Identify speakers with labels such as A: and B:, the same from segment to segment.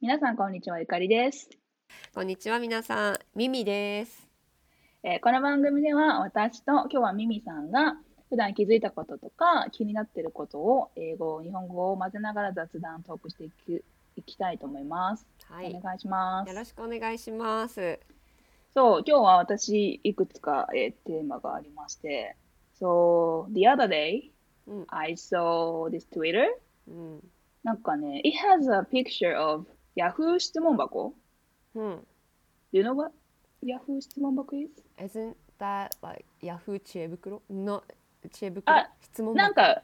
A: 皆さんこんにちはゆかりです、
B: こんにちは皆さん、ミミです。
A: えーこの番組では私と今日はミミさんが普段気づいたこととか気になっていることを英語日本語を混ぜながら雑談トークしていきいきたいと思います、
B: はい、
A: お
B: よ
A: 願いします
B: ろしくお願いします。
A: そう今日は私いくつか、えーテーマがありまして So the other day
B: うん
A: I saw this Twitter
B: うん、
A: なんかね It has a picture of Yahoo 質問箱
B: うん。
A: Do you know what Yahoo 質問箱 is?
B: Isn't that like Yahoo 知恵袋？Not 知恵袋
A: あ？
B: 質問
A: なんか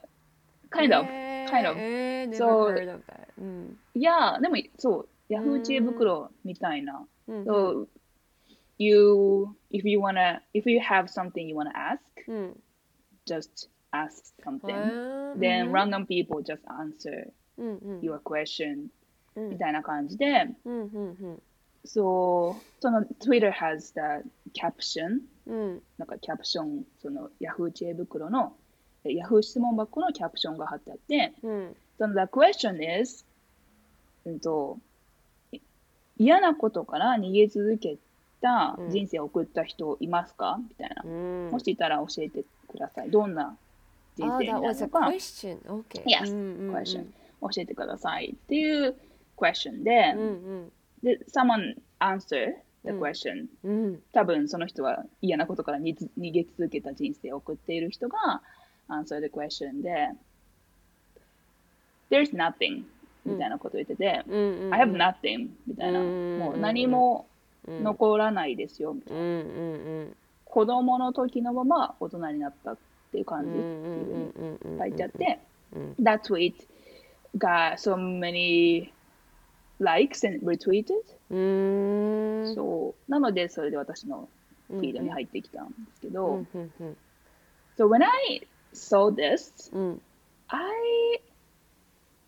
A: kind of
B: えー
A: kind of
B: えー never
A: So-
B: heard of that. うん、
A: いやー、でも、そう、ヤフ
B: う
A: ー
B: ん
A: 知恵袋みたいな。
B: うん、
A: So, you, if you wanna, if you have something you wanna ask,
B: うん、
A: just ask
B: うん
A: something.
B: うん
A: Then random people just answer
B: うんうん、
A: your question
B: うん
A: みたいな感じで、
B: うんうん
A: そう、その Twitter has the caption,
B: うんうん
A: なんかキャプション、そのヤフー知恵袋の、ヤフー質問箱のキャプションが貼ってあって、
B: うん。
A: その The question is うんとい嫌なことから逃げ続けた
B: うん
A: 人生を送った人いますかみたいな、
B: うん
A: もしいたら教えてくださいどんな人
B: Ah,
A: 生
B: that
A: なの
B: was a
A: か
B: question. Okay.
A: Yes,
B: うんうんうん
A: question. 教えてくださいっていう question で
B: う、ん
A: で someone answer the
B: うん
A: question、
B: うんうん。
A: 多分その人は嫌なことからに逃げ続けた人生を送っている人が answer the question で there's nothing みたいなこと言ってて、
B: うんうんうん。
A: I have nothing みたいな、
B: うん
A: もう何も
B: うん
A: 残らないですよ、
B: うんうん
A: 子供の時のまま大人になったっていう感じっていう
B: う
A: ふうんに書いてあって、
B: うん
A: That tweet got so many likes and retweeted、
B: うーん
A: そうなのでそれで私のフィードに
B: っ
A: 入ってきたんですけ
B: う
A: ど、
B: んうんうん
A: So when I saw this
B: うん
A: I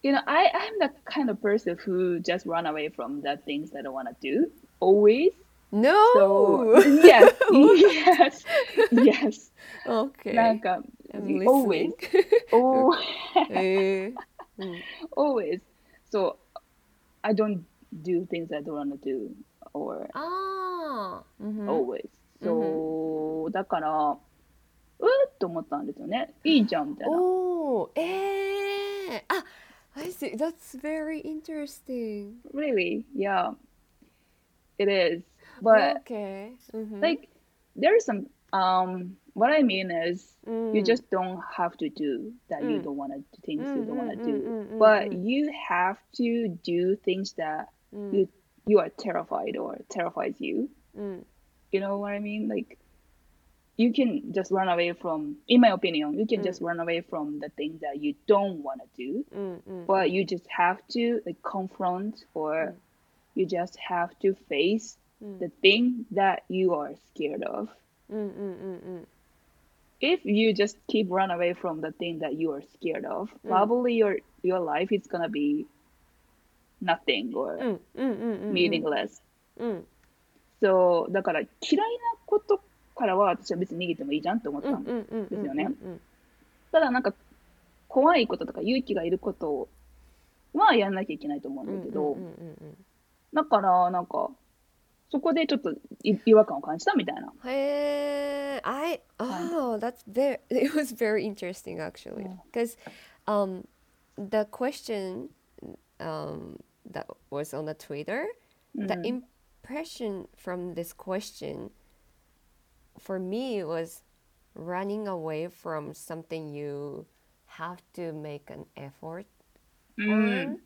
A: you know I I'm the kind of person who just run away from the things that I want to do always
B: No!
A: So
B: Oh.
A: yes, yes, yes. um,
B: okay.
A: なんか
B: I'm
A: always, oh,
B: listening. えーうん、
A: always. So I don't do things I don't want to do or
B: ああ、うんうん、
A: always. So、だからうーっと思ったんですよね。いいじゃんみたいな。
B: Oh. おーえー、あ I see. That's very interesting.
A: Really? Yeah. It is. But
B: okay. うんうん
A: Mm-hmm. like there is some um what I mean is
B: うん
A: you just don't have to do that you
B: Mm.
A: don't want to things you don't want to
B: うん
A: do.
B: うんうんうんうん
A: but you have to do things that
B: うん
A: you you are terrified or terrifies you
B: うん、
A: you know what i mean like you can just run away from in my opinion you
B: Mm.
A: can just run away from the things that you don't want to do
B: うんうん、
A: but you just have to like confront or
B: Mm.
A: you just have to face
B: うん、
A: the thing that you are scared of
B: うんうんうん
A: if you just keep run away from the thing that you are scared of
B: Mm.
A: probably your your life is gonna be nothing or
B: うん、うんうんうんうん、
A: meaningless.
B: うん、
A: そう、だから嫌いなことからは私は別に逃げてもいいじゃんって思った
B: うん
A: の。
B: うんうんうん、
A: ですよね
B: うんうん
A: ただなんか怖いこととか勇気がいることはやんなきゃいけないと思う
B: うんん
A: だけど、
B: うんうんうんうん
A: だからなんかそこでちょっとい違和感を感じたみたいな。
B: Hey, I oh, that's very it was very interesting actually
A: Yeah.
B: because um the question um that was on the Twitter,
A: うん
B: the impression from this question for me was running away from something you have to make an effort
A: う
B: on.
A: ん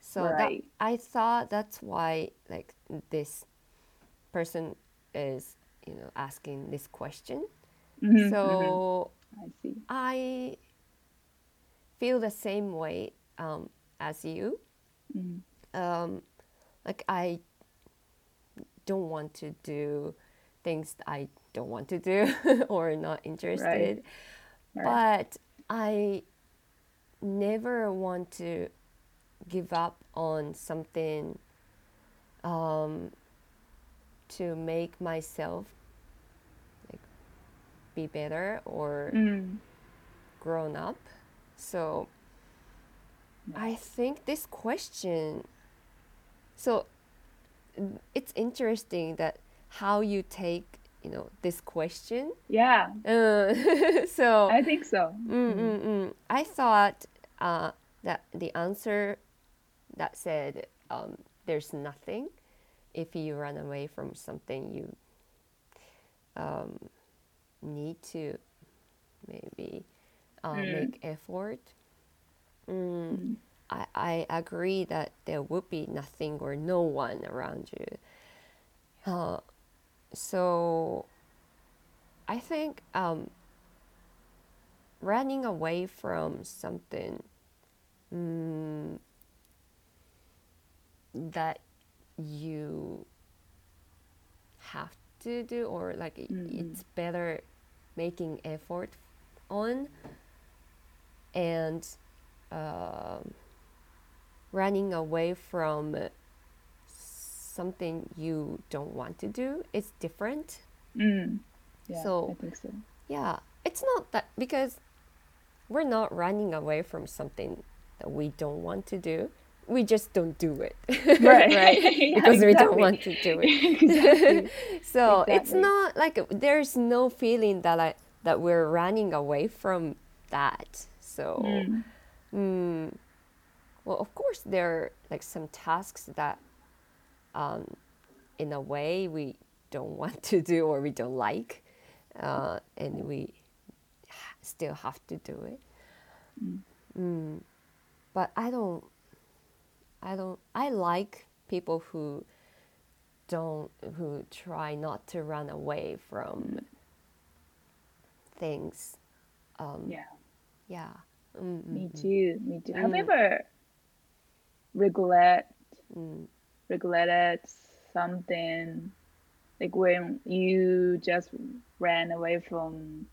B: So that-
A: Right.
B: I thought that's why like this person is you know asking this question.
A: うん
B: So
A: うん I see.
B: I feel the same way um, as you.
A: うん、
B: Um, like I don't want to do things that I don't want to do or not interested. But I never want to give up on something um, to make myself like be better or
A: うん、
B: grown up. So I think this question. So n- it's interesting that how you take, you know, this question.
A: Yeah,
B: Uh, so
A: I think so.
B: mm, mm, mm. I thought uh, that the answer that said um, there's nothing if you run away from something you um, need to maybe uh, make effort. Mm, I, I agree that there would be nothing or no one around you. Uh, so I think um, running away from something mm, that you have to do or like i- it's better making effort on and um, running away from something you don't want to do is different
A: Mm. Yeah,
B: So-
A: I think so.
B: yeah, it's not that because we're not running away from something that we don't want to do. We just don't do it.
A: Right. Yeah,
B: because we don't
A: exactly.
B: want to do it. so it's
A: Exactly.
B: not like there's no feeling that I, that we're running away from that. So
A: Mm.
B: Mm. Well, of course, there are like some tasks that, um, in a way, we don't want to do or we don't like, uh, and we ha- still have to do it. Mm. But I don't. I don't. I like people who don't who try not to run away
A: Mm-hmm.
B: from things. Um,
A: Yeah,
B: yeah. Mm, mm,
A: me too. Me too. Have
B: Mm.
A: you ever regret
B: mm.
A: regretted something like when you just ran away from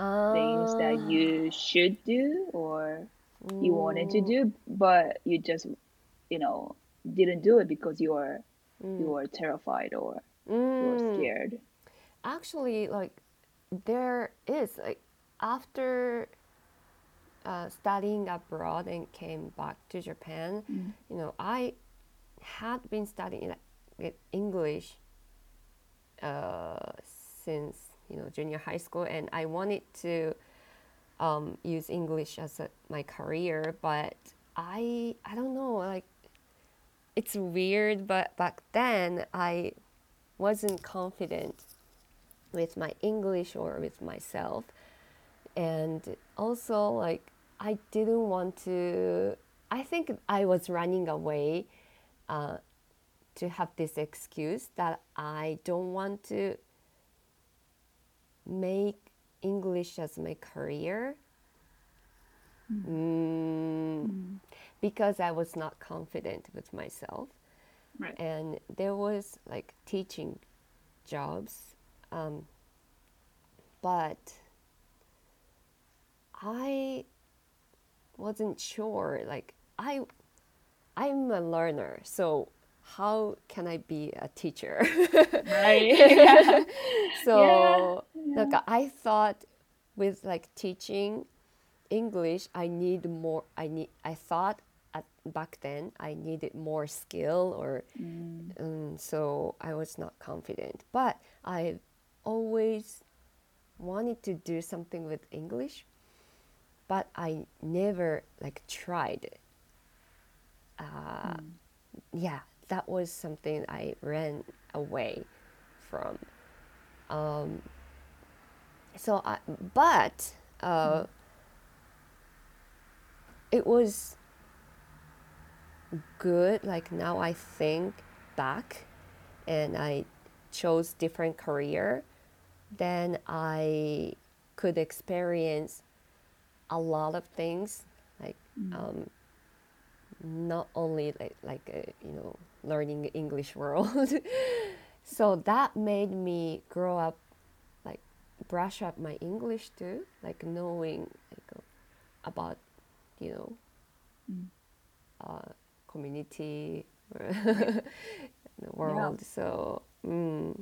A: things
B: Ah.
A: that you should do or you wanted
B: Mm.
A: to do but you just you know didn't do it because you were you were terrified or you were
B: Mm.
A: scared
B: Actually, like there is like after uh, studying abroad and came back to Japan, you know, I had been studying like, with English uh, since you know junior high school, and I wanted to um, use English as a, my career, but I I don't know like it's weird, but back then I wasn't confident with my English or with myself. And also, like, I didn't want to, I think I was running away uh, to have this excuse that I don't want to make English as my career. Mm, Because I was not confident with myself
A: right
B: and there was like teaching jobs um, but i wasn't sure like i i'm a learner so how can i be a teacher Eh,
A: right
B: so like i thought with like teaching english i need more i need i thought at, back then i needed more skill or um, so i was not confident but i always wanted to do something with english but i never like tried uh, yeah that was something i ran away from um, so I, but uh, it was good. Like now I think back and I chose different career, then I could experience a lot of things like um, not only like like uh, you know learning English world. so that made me grow up like brush up my English too, like knowing like about you know uh, community or the world. So mm,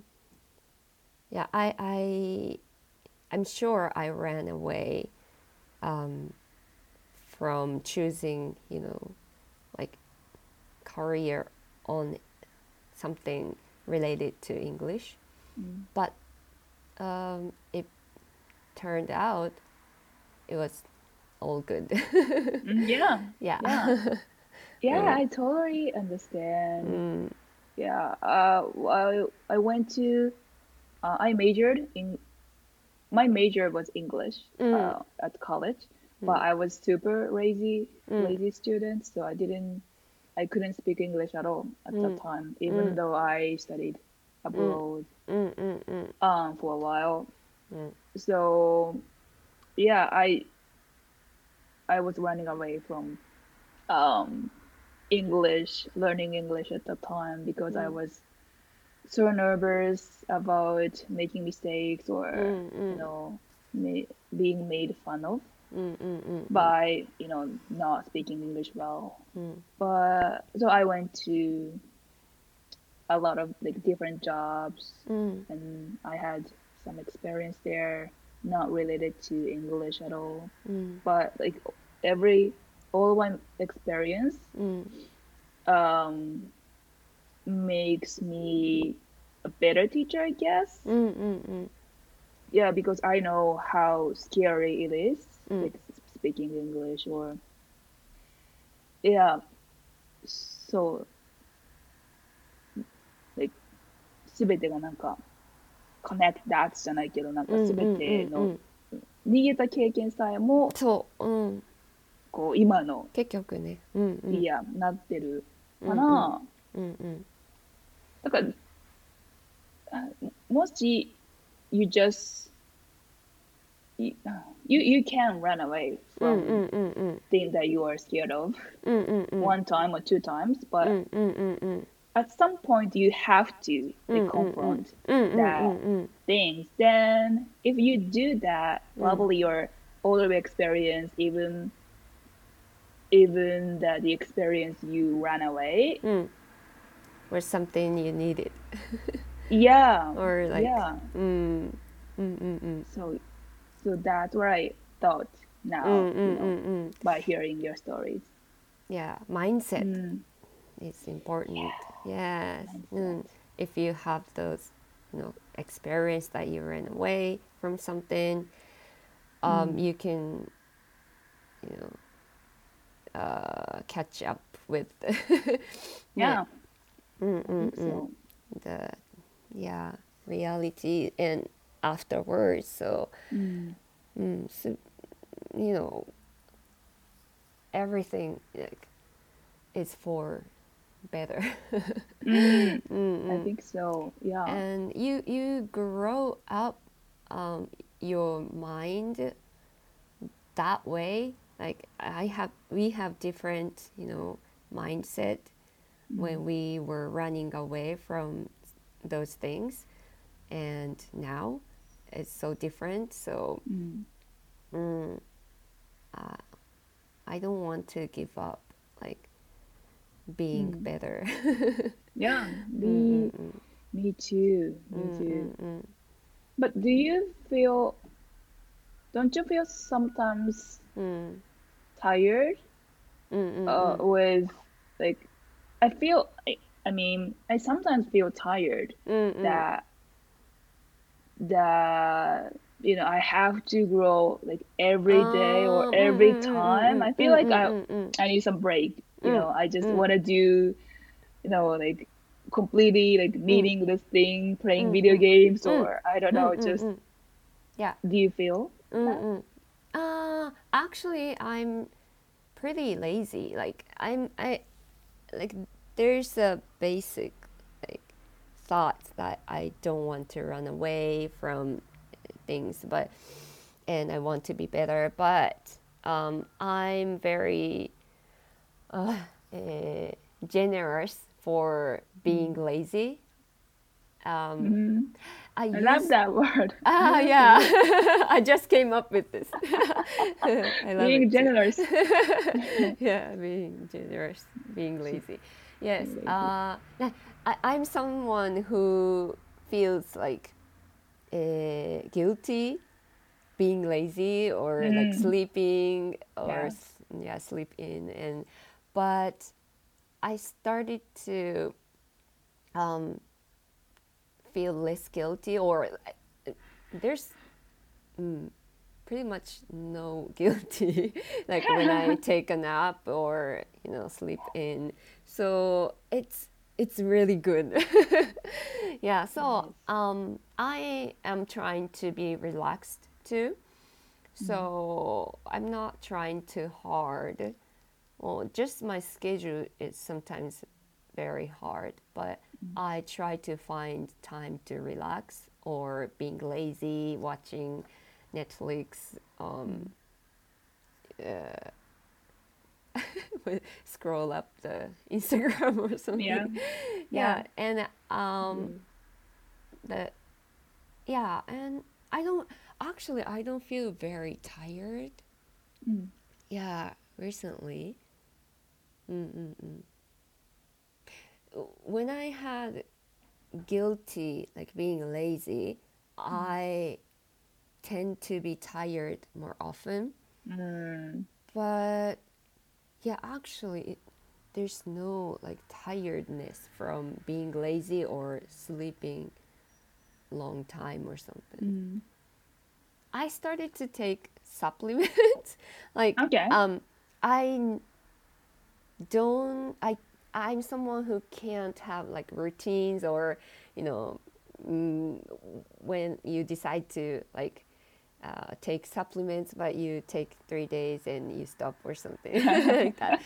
B: yeah, I I I'm sure I ran away um, from choosing you know like career on something related to English,
A: うん
B: but um, it turned out it was all good.
A: Yeah.
B: yeah.
A: Yeah. Yeah,
B: Yeah.
A: I totally understand.
B: Mm,
A: Yeah, uh, I I went to, uh, I majored in, my major was English
B: Mm.
A: uh, at college, but I was super lazy,
B: Mm.
A: lazy student, so I didn't, I couldn't speak English at all at that time, even though I studied abroad
B: mm, mm, mm.
A: um, for a while.
B: Mm.
A: So, yeah, I, I was running away from, um, English, learning English at the time because I was so nervous about making mistakes or
B: Mm,
A: you know ma- being made fun of by you know not speaking English well. But so I went to a lot of like different jobs
B: Mm.
A: and I had some experience there not related to English at all. But like every all my experience
B: Mm.
A: um, makes me a better teacher, I guess.
B: Mm, mm, mm.
A: Yeah, because I know how scary it is
B: Mm.
A: like, s- speaking English or yeah. So like すべてがなんか connect that じゃないけどなんかすべて
B: うんうんう
A: の
B: ん
A: 逃げた経験さえも
B: そう、うん、
A: こう今の
B: 結局ね。うんうん、
A: いやなってるか
B: うん
A: ら
B: うんうん
A: だからあもし you just you, you you can run away
B: うん
A: from
B: うんうんうん
A: thing that you are scared of
B: うんうんうん
A: one time or two times,
B: う
A: but
B: んうんうんうん
A: at some point you have to like,
B: Mm, mm,
A: confront
B: うんうん
A: that
B: うん
A: things. Then if you do that,
B: Mm.
A: probably your older experience, even even that the experience you ran away,
B: うん or something you needed
A: yeah,
B: or like mm,
A: yeah.
B: うんうんうん
A: So so that's what I thought
B: う
A: now
B: んうんう
A: you
B: ん
A: know,
B: うんうん
A: by hearing your stories.
B: yeah mindset
A: Mm.
B: is important. Yes.
A: Mindset.
B: Mm. If you have those, you know, experience that you ran away from something, um,
A: Mm.
B: you can, you know, uh, catch up with.
A: Yeah.
B: Mm, mm, mm.
A: So
B: The yeah reality and afterwards. So,
A: mm.
B: mm, so you know, everything like, is for better. mm,
A: I think so. Yeah.
B: and you you grow up um, your mind that way like i have we have different you know mindset when we were running away from those things and now it's so different so
A: Mm.
B: mm, uh, i don't want to give up like being better
A: Yeah. Be Me too. Me too.
B: Mm,
A: But do you feel, don't you feel sometimes
B: mm,
A: tired
B: mm, mm,
A: uh, with like, I feel, I, I mean, I sometimes feel tired
B: mm, mm.
A: that, that, you know, I have to grow like every day
B: Oh,
A: or every
B: mm, mm, mm,
A: time.
B: mm,
A: I feel
B: mm,
A: like
B: mm,
A: I,
B: mm, mm.
A: I need some break. You
B: Mm,
A: know, I just
B: mm.
A: want to do, you know, like completely like meeting this thing, playing video games,
B: mm.
A: or I don't
B: Mm,
A: know,
B: mm,
A: just
B: mm. yeah.
A: do you feel?
B: Mm, mm. Uh, actually, I'm pretty lazy. Like I'm I like there's a basic like thought that I don't want to run away from things, but and I want to be better, but um, I'm very uh, eh, generous for being lazy. Um,
A: Mm,
B: I,
A: I love
B: used-
A: that word.
B: Ah, yeah. I just came up with this. I love
A: Being
B: it. too.
A: generous.
B: yeah, being generous, being lazy. Yes.
A: lazy.
B: Uh, I, I'm someone who feels like uh, guilty being lazy or like
A: Mm.
B: sleeping or
A: Yeah.
B: s- yeah, sleep in and but I started to um, feel less guilty, or I- there's mm, pretty much no guilty, like when I take a nap or you know sleep in. So it's it's really good. yeah. So um, I am trying to be relaxed too. So I'm not trying too hard. Well, just my schedule is sometimes very hard, but I try to find time to relax or being lazy, watching Netflix, um, uh, scroll up the Instagram or something.
A: Yeah.
B: yeah, and um, the yeah, and I don't actually I don't feel very tired.
A: うん。
B: Yeah, recently. Mm-mm-mm. When I had guilty, like being lazy, I tend to be tired more often.
A: うん。
B: But yeah, actually, it, there's no like tiredness from being lazy or sleeping long time or something.
A: うん。
B: I started to take supplements. like
A: Okay.
B: um I n- don't I I'm someone who can't have like routines or you know mm, when you decide to like uh, take supplements but you take three days and you stop or something like that.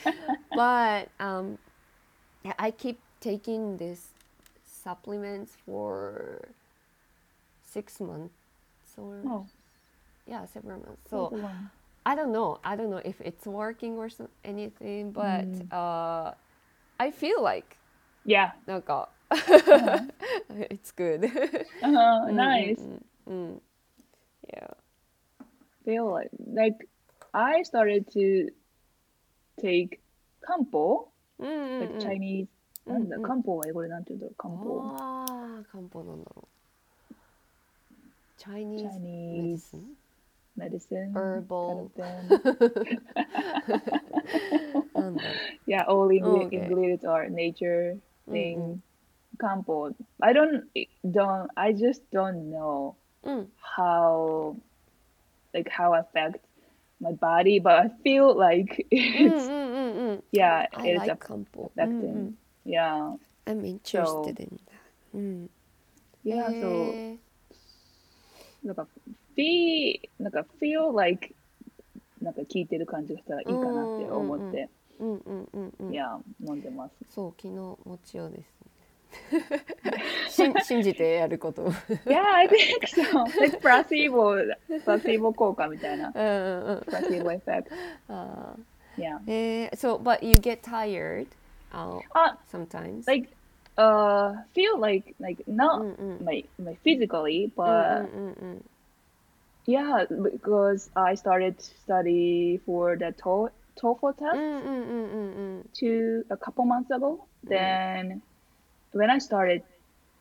B: But um, yeah, I keep taking this supplements for six months or
A: お
B: yeah several months
A: そ
B: so
A: う。
B: i don't know i don't know if it's working or some, anything but
A: Mm.
B: uh i feel like
A: Yeah.
B: なんか it's good
A: Uh,
B: うん
A: Uh-huh. nice.
B: うんうんうん yeah
A: Feel like like I started to take 漢方、
B: うんうん
A: like
B: うん
A: Chinese なんだ
B: うんうん
A: 漢方は英語でなんて言うんだろう漢方
B: ああ漢方なんだろう Chinese
A: Chinese
B: medicine
A: medicine
B: Herbal.
A: kind of thing.
B: なんだろ
A: yeah, all English,
B: Okay.
A: English or nature
B: う
A: thing. 漢方 I don't don't I just don't know
B: うんうん
A: how like how affect my body, but I feel like
B: うん
A: it's
B: うんうんうん
A: yeah,
B: I
A: it's
B: like
A: a
B: 漢方うんう
A: affecting.
B: ん
A: yeah.
B: I'm interested in that うん
A: Yeah, so
B: へー
A: なんか、be、なんか、feel like、なんか聞いてる感じがしたらいいかなって思って、
B: うんうんうんうん
A: いや、飲んでます。
B: そう昨日持ちようですね信信じてや ること
A: Yeah, I think so. Like placebo, placebo 効果みたいな。
B: うんうんうん
A: placebo effect.
B: あ
A: Yeah.
B: ーえー、そう but you get tired、uh,
A: あ、
B: sometimes
A: like, uh, feel like, like,
B: うん
A: not
B: うん
A: my, my physically,
B: うん
A: but
B: うんうん
A: yeah, because I started to study for the TO- TOEFL
B: う
A: test.
B: んうんうんうんうん
A: two a couple months ago. Then when I started,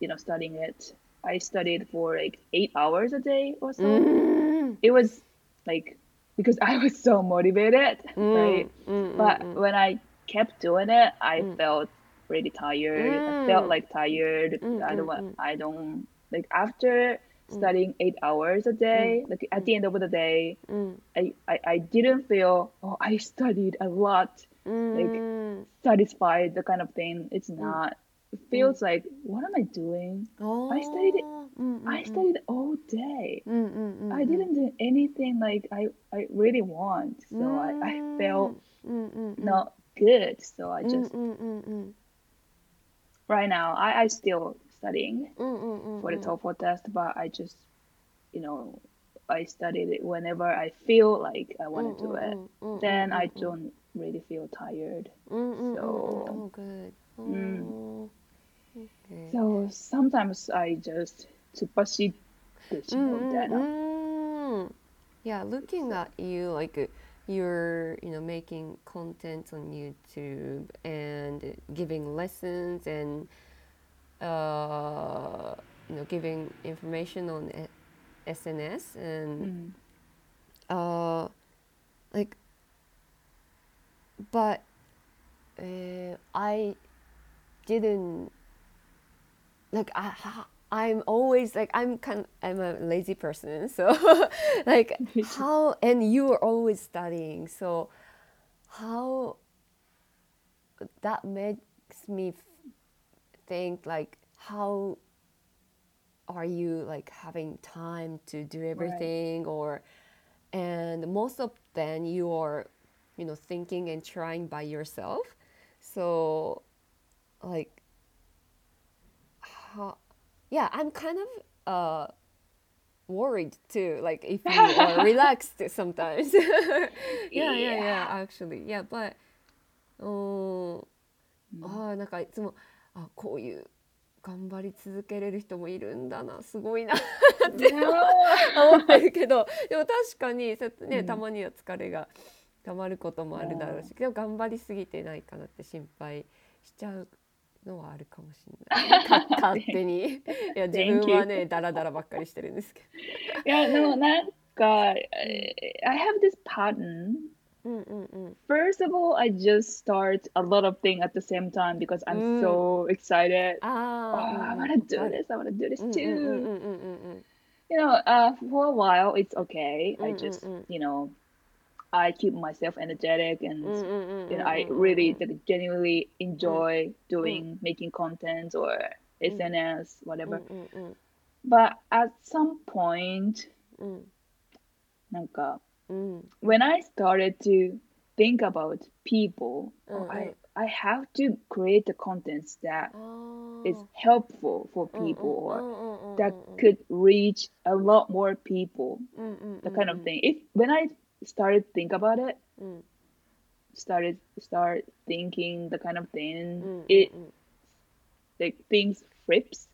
A: you know, studying it, I studied for like eight hours a day or so.
B: Mm. うん
A: It was like because I was so motivated,
B: うん
A: right?
B: うんうん
A: But when I kept doing it, I
B: Mm-hmm. Mm.
A: felt really tired. I
B: Mm.
A: felt like tired.
B: Mm,
A: I don't
B: mm,
A: want.
B: mm.
A: I don't like after studying eight hours a day.
B: Mm.
A: Like at the end of the day,
B: うん
A: I, I I didn't feel oh I studied a lot.
B: うんうん
A: satisfied the kind of thing it's
B: Mm.
A: not it feels like what am i doing
B: あー
A: I studied it-
B: うんうんうん
A: i studied all day
B: うんうんうんうん
A: i didn't do anything like i i really want so I, I
B: Mm.
A: felt
B: うんうんうん
A: not good so i
B: うん
A: just
B: うんうんうん
A: right now i i still studying
B: うんうんうんうん
A: for the toefl test but i just you know i studied it whenever i feel like i want to
B: Mm, Mm-hmm.
A: do it
B: うんうんうん
A: then i don't really feel tired
B: うんうんうんうん
A: So-
B: oh good
A: ん
B: Oh, okay.
A: so sometimes i just 突っ走ってし
B: Mm-hmm.
A: まうみたいな
B: Mm-mm-mm. Mm, Yeah, looking at you, like uh, you're, you know, making content on YouTube and giving lessons and, uh, you know, giving information on e- SNS
A: う
B: and,
A: ん
B: uh, like, but uh, I didn't like I ha- I'm always like I'm kind I'm a lazy person so like how and you were always studying so how that makes me f- think like how are you like having time to do everything or and most of then you are you know thinking and trying by yourself so like how, yeah i'm kind of uh worried too like if you are relaxed sometimes yeah, yeah yeah yeah
A: Yeah.
B: actually yeah but うーんああなんかいつもあこういう頑張り続けれる人もいるんだなすごいな思ってるけどでも確かにそうやってね、
A: うん
B: たまには疲れがたまることもあるだろうしでも頑張りすぎてないかなって心配しちゃうのはあるかもしれないか勝 手にいや自
A: Thank
B: 分
A: you.
B: はねダラダラばっかりしてるんですけ
A: yeah, no, なんか I I have this pattern.
B: どうんうんうん
A: First of all, I just start a lot of things at the same time because I'm
B: Mm. Uh-huh.
A: so excited.
B: あ
A: Oh,
B: あ、うん
A: I want to do
B: わかる
A: this. I want to do this
B: うんうんうん
A: too.
B: うんうんうん
A: You know, uh, for a while it's okay. I
B: Mm, mm,
A: just,
B: mm.
A: you know, I keep myself energetic
B: うん
A: and
B: うんうんうん
A: you know,
B: うん
A: I
B: うん
A: really like, genuinely enjoy doing making content or
B: Mm.
A: SNS,
B: うん
A: whatever.
B: うん
A: But at some point,
B: うんうん
A: なんか
B: Mm,
A: when I started to think about people, oh, I
B: Mm-mm.
A: I have to create the contents that is
B: oh,
A: helpful for
B: mm,
A: people
B: mm,
A: or
B: mm, mm,
A: that
B: mm, mm,
A: could reach a lot more people.
B: mm, mm,
A: That
B: mm,
A: kind of
B: mm,
A: thing. If when I started think about it,
B: mm,
A: started start thinking the kind of thing,
B: mm,
A: it
B: mm, mm.
A: like things flips,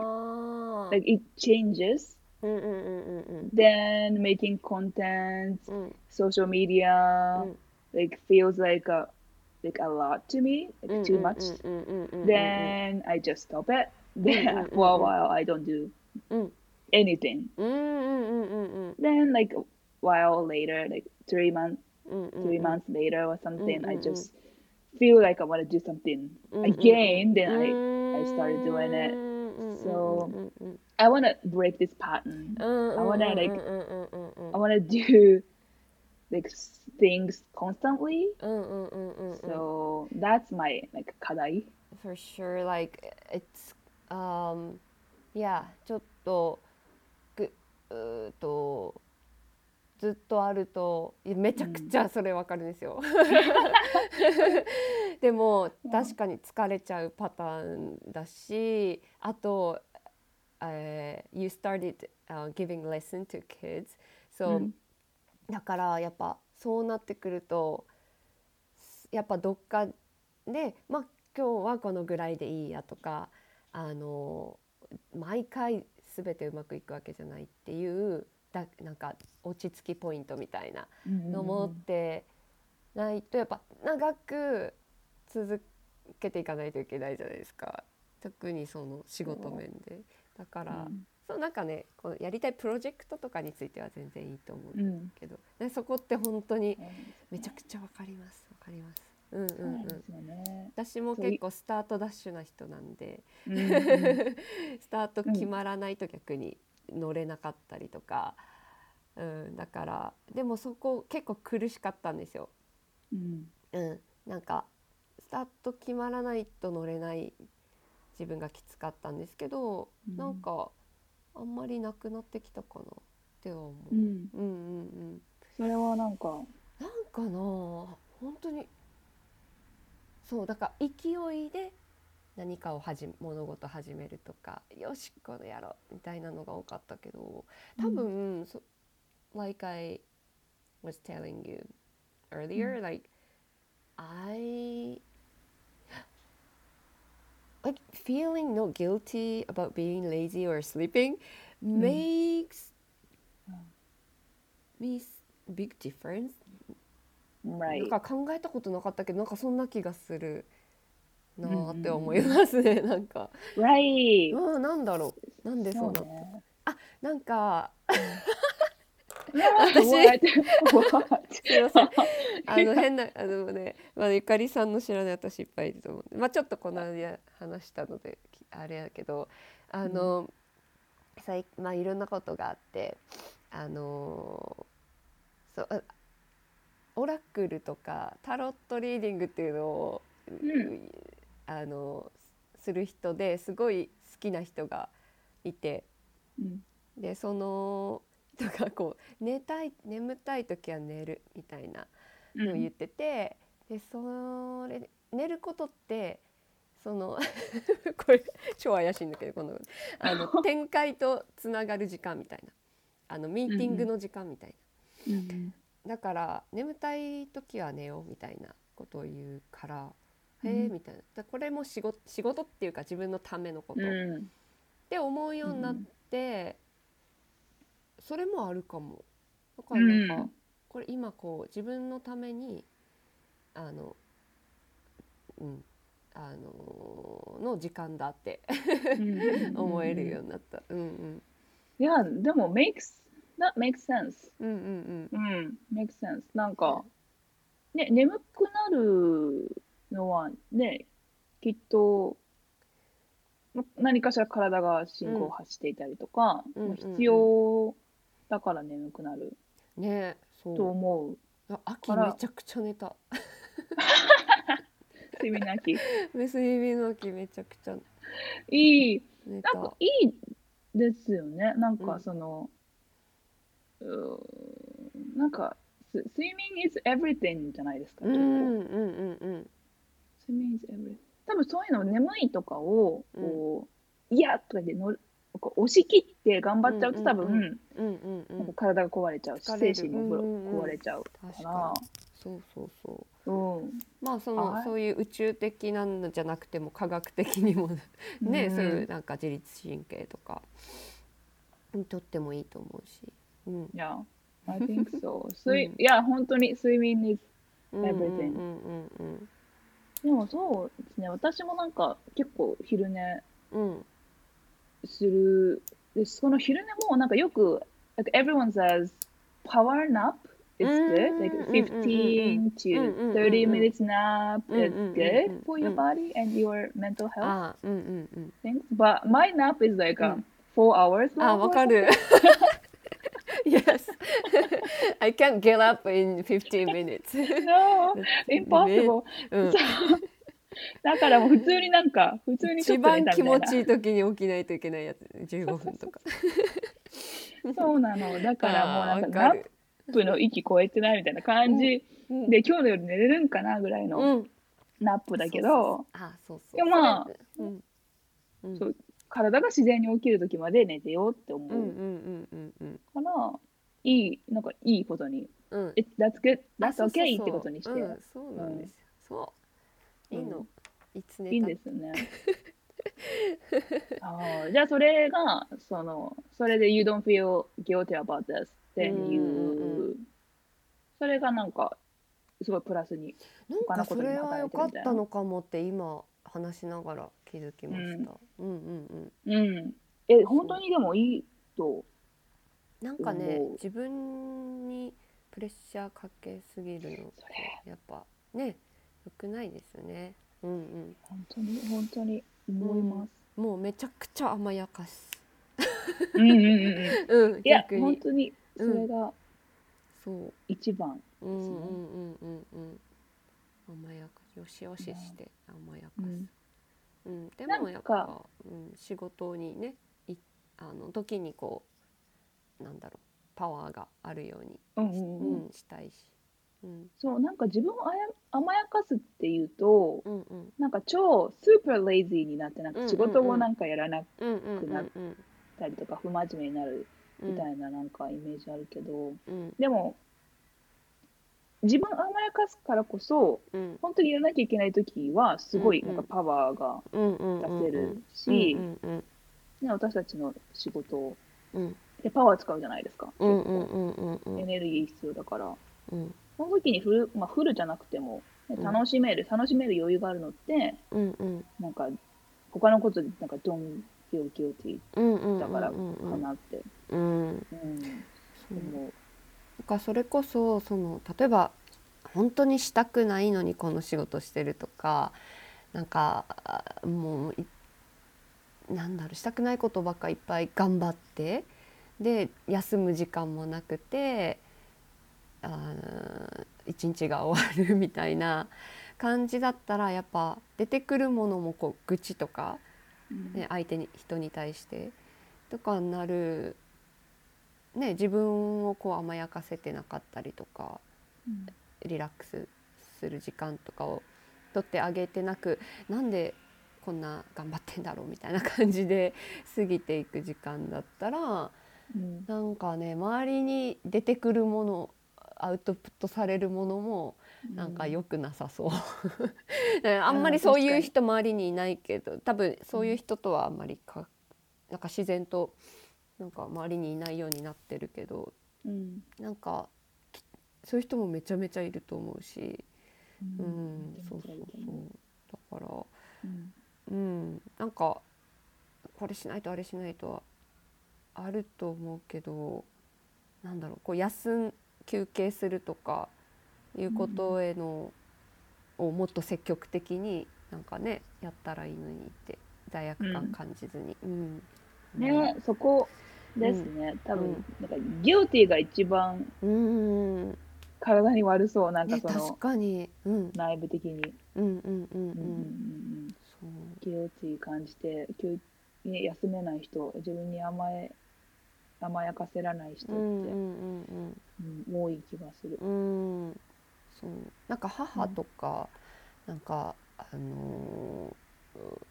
B: Ah,
A: like it changes.
B: mm, mm, mm, mm, mm,
A: Then making content,
B: mm,
A: social media,
B: mm,
A: like feels like a like a lot to me, like
B: mm,
A: too
B: mm,
A: much.
B: mm, mm, mm, mm, mm,
A: Then I just stop it. Then
B: mm,
A: for a
B: mm.
A: while I don't do
B: mm,
A: anything.
B: mm, mm, mm, mm,
A: Then like a while later, like three months
B: mm, mm,
A: three
B: mm, mm,
A: months later or something, I
B: mm,
A: just feel like I want to do something
B: mm, mm, mm.
A: again. Then I I started doing it.
B: Mm, mm, mm,
A: So
B: mm, mm,
A: I want to break this pattern.
B: mm,
A: I want to
B: mm,
A: like
B: mm, mm, mm, mm,
A: I
B: mm.
A: want to do like s- things constantly.
B: Mm, mm, mm, mm, mm.
A: So that's my like kadai.
B: For sure, like it's um yeah, ちょっとぐうーっとずっとあるといやめちゃくちゃそれわかるん ですよ。でも確かに疲れちゃうパターンだしあと、えー You started、uh, giving lesson to kids so、
A: Mm.
B: だからやっぱそうなってくるとやっぱどっかでまあ今日はこのぐらいでいいやとかあの毎回全てうまくいくわけじゃないっていうだなんか落ち着きポイントみたいな
A: Mm,
B: の
A: mm,
B: 持っ
A: mm.
B: てないとやっぱ長く続けていかないといけないじゃないですか特にその仕事面で。だから、
A: うん
B: そうなんかねこうやりたいプロジェクトとかについては全然いいと思うん
A: Mm.
B: ですけど、ね、そこって本当にめちゃくちゃわかりますわかります。うんう
A: そうんなん
B: う
A: で
B: ん
A: すよね。
B: 私も
A: そうい
B: 結構スタートダッシュな人なんで、
A: うんうん
B: スタート決まらないと逆に乗れなかったりとか、うん、だからでもそこ結構苦しかったんですよ。
A: うん
B: うん、なんかスタート決まらないと乗れない自分がきつかったんですけど、
A: うん
B: なんかあんまりなくなってきたかなっては思
A: う
B: う。
A: ん、
B: うんうんうん。
A: Mm-hmm. それはなんか、
B: なんかな本当にそうだから勢いで何かを始め物事始めるとかよしこのやろうみたいなのが多かったけど多
A: うん
B: 分、so, like I was telling you earlier、like I like feeling not guilty about being lazy or sleeping makes me s- big difference
A: right.
B: なんか考えたことなかったけどなんかそんな気がするなーって
A: うんうんうん
B: 思いますね、なんか
A: right.
B: うんなんだろうなんでそ
A: そうう
B: な
A: ね。
B: なんか
A: 私 what? What?
B: すいません。あの変なあのね、まあゆかりさんの知らない私いっぱいいると思うんで、まあちょっとこの間話したのできあれやけど、あの、さいまあいろんなことがあって、あのそうあオラクルとかタロットリーディングっていうのを、
A: ん
B: あのする人ですごい好きな人がいて。
A: うん
B: でその人がこう寝たい眠たい時は寝るみたいな
A: う
B: のを言
A: ん
B: ってて、でそれ寝ることってその これ超怪しいんだけどこの あの展開とつながる時間みたいなあのミーティングの時間みたいな、
A: うん
B: だから眠たい時は寝ようみたいなことを言うから。
A: うん
B: へえみたいなだこれも仕事仕事っていうか自分のためのこと、
A: うん
B: って思うようになって、それもあるかもだか
A: う
B: らなん
A: ん
B: か、これ今こう自分のためにあのうんあのの時間だって
A: うん
B: 思えるようになった、うんうん、
A: いやでも makes that makes sense
B: うんうん
A: うん makes sense なんかね眠くなるのはねきっとま何かしら体が信号を発していたりとか、
B: うんうんうんうん
A: 必要だから眠くなる
B: うんねえそ
A: と
B: う
A: 思う、
B: あ秋
A: から
B: めちゃくちゃ寝た
A: 睡眠の秋
B: 睡眠の秋めちゃくちゃ
A: いい
B: 寝た
A: なんかいいですよね。なん
B: う
A: か
B: ん
A: その、うーんなんかす睡眠 is everything じゃないですか。
B: う
A: 結
B: ん
A: 構
B: うんうんうん
A: 睡眠 is everything。多分そういうの眠いとかを
B: うん
A: こう、いやとかでのこう押し切って頑張っちゃうと多分、
B: うんうんうんう
A: なんか
B: ん
A: 体が壊れちゃうし
B: 疲れ
A: 精
B: る
A: 神もぶろ
B: うんうんうん
A: 壊れちゃうか
B: 確
A: ら
B: かにそうそうそう
A: うん
B: まあその
A: はい
B: そういう宇宙的なのじゃなくても科学的にもね、そういうなんか自律神経とかにとってもいいと思うし、うん、
A: いや I think so 睡、
B: うん
A: いや本当に睡眠 is
B: うんうんうん
A: Everything
B: うん
A: でもそうですね私もなんか結構昼寝
B: うんうん
A: する。で、その昼寝もなんかよく、like everyone says power nap is
B: う
A: good.
B: ん
A: Like
B: うん
A: 15 to 30 minutes nap
B: うん
A: is
B: うん
A: good for
B: う
A: your
B: ん
A: body and your mental health
B: あうんうん
A: things. But my nap is like
B: う
A: um,
B: ん
A: 4 hours
B: うんあ
A: long
B: わ
A: or
B: かる Yes I can't get up in 15 minutes
A: something. No,
B: ね
A: impossible.
B: うん
A: だからもう普通になんか、普通にちょ
B: 一
A: っと寝
B: 番
A: た
B: 気
A: み
B: 持
A: た
B: ち
A: い
B: いい時に起きないといけないやつ15分とか
A: な。そうなの。だ からもう
B: あ
A: な
B: ー
A: ん
B: わ
A: か
B: か
A: ナッ
B: る
A: プの域超えてないみたいな感じ
B: うん
A: で、今日の夜寝れるんかなぐらいの
B: うん
A: ナップだけど、
B: あそうそう
A: でもまあ
B: それうんうん
A: そう体が自然に起きる時まで寝てようって思
B: うんう
A: う
B: んうんうん
A: から、いいなんかいいことに
B: うん
A: 「It- That's good
B: あ
A: That's
B: そうそうそう
A: okay」ってことにして、
B: うんそうなんですよそういいのいつ寝た
A: いいんですよねあーじゃあそれがそのそれで「You don't feel guilty about this」then
B: うんうん
A: you それがなんかすごいプラスに
B: なん
A: 他の
B: か
A: こ
B: そ
A: とに
B: れ
A: も
B: は
A: 働いて
B: 良
A: る
B: か
A: み
B: った
A: いな
B: たのかもって今話しながら気づきましたうんうんうん
A: うんえ本当にでもいいと
B: なんかね
A: 思う
B: 自分にプレッシャーかけすぎるの
A: それ
B: やっぱね良くないですねうんうん
A: 本当に本当に思います、
B: もうめちゃくちゃ甘やかす
A: うん、うんうんうん
B: うん
A: いや
B: 逆
A: 本
B: に
A: 当にそれが
B: そう
A: 一番、
B: うん
A: す
B: う
A: ね
B: んうんうんうん甘やかよしよしして甘やかす、
A: う
B: うんんでもやっ
A: なん
B: ぱ、うん、仕事にねいあの時にこうなんだろうパワーがあるように、
A: うんうん
B: う
A: うんん
B: したいし、うん、
A: そうなんか自分をあや甘やかすっていうと
B: うんうん
A: なんか超スーパーレイジーになってなん
B: うん
A: か
B: うん
A: 仕事もなんかやらなか
B: うんうん
A: く
B: うん
A: なっ
B: うん
A: ったりとか不真面目になる
B: うん
A: みたいななんかイメージあるけど
B: うん
A: でも自分を甘やかすからこそ
B: うん
A: 本当にやらなきゃいけない時はすごい
B: う
A: な
B: んうん
A: んかパワーが
B: うんうんうん
A: 出せるし、
B: うんうん
A: ね、私たちの仕事を
B: うん
A: でパワー使うじゃないですか、
B: うんうんうんうんうん
A: エネルギー必要だから。
B: うん
A: その時にフル、まあ、フルじゃなくても、ね、
B: うん
A: 楽しめる、楽しめる余裕があるのって、
B: うんうん
A: なんか、他のことで、なんか、ドン、ギョギョティ
B: うんうん
A: だから
B: うんうん
A: かなって、
B: うん
A: うん、
B: そう
A: 思う。
B: だからそれこそその例えば本当にしたくないのにこの仕事してるとかなんかあもういなんだろうしたくないことばっかいっぱい頑張ってで休む時間もなくてあー一日が終わるみたいな感じだったらやっぱ出てくるものもこう愚痴とか、
A: うん
B: ね、相手に人に対してとかになる、ね、自分をこう甘やかせてなかったりとか。
A: うん
B: リラックスする時間とかを取ってあげてなくなんでこんな頑張ってんだろうみたいな感じで 過ぎていく時間だったら
A: うん
B: なんかね周りに出てくるものアウトプットされるものもなんか良くなさそう、 ねあんまりそういう人周りにいないけど多分そういう人とはあんまりかなんか自然となんか周りにいないようになってるけど
A: うん
B: なんかきそういう人もめちゃめちゃいると思うし。
A: う
B: うんん、そうそうそう。だから、
A: うん
B: うん、なんかこれしないとあれしないとはあると思うけど、なんだろう、こう休ん休憩するとかいうことへの、をもっと積極的になんかねやったらいいのにって罪悪
A: うん
B: 感感じずに、うん、
A: ね、そこですね、多
B: う
A: 分
B: ん
A: なんかギューティーが一番
B: うん、ね、
A: 体に悪そう、なんかそ
B: 確
A: の
B: かに、うん、
A: 内部的に、
B: うんうんうん
A: ううんう
B: うん
A: んう
B: ん、
A: ん、
B: そう、
A: ギューティー感じて、休ね、休めない人、自分に甘え甘やかせらない人って、
B: う
A: うん
B: うんんうんうん。
A: 多い気がする。
B: うんそうなんか母とか、なんかあの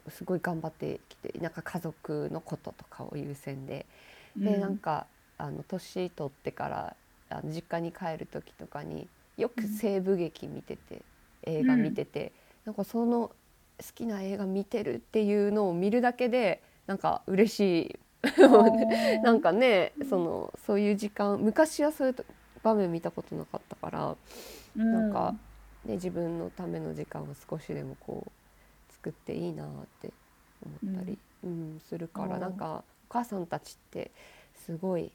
B: ーすごい頑張ってきてなんか家族のこととかを優先で、でなんかあの年取ってからあの実家に帰る時とかによ
A: う
B: く
A: ん
B: 西部劇見てて、映画見てて、なんかその好きな映画見てるっていうのを見るだけでなんか嬉しい なん
A: か、
B: かね、
A: うん
B: そのそういう時間昔はそういうと場面見たことなかったから、
A: う
B: なんか、ね、自分のための時間を少しでもこう作っていいなって思ったり、うんするか
A: あ
B: ら
A: ー
B: なんかお母さんたちってすごい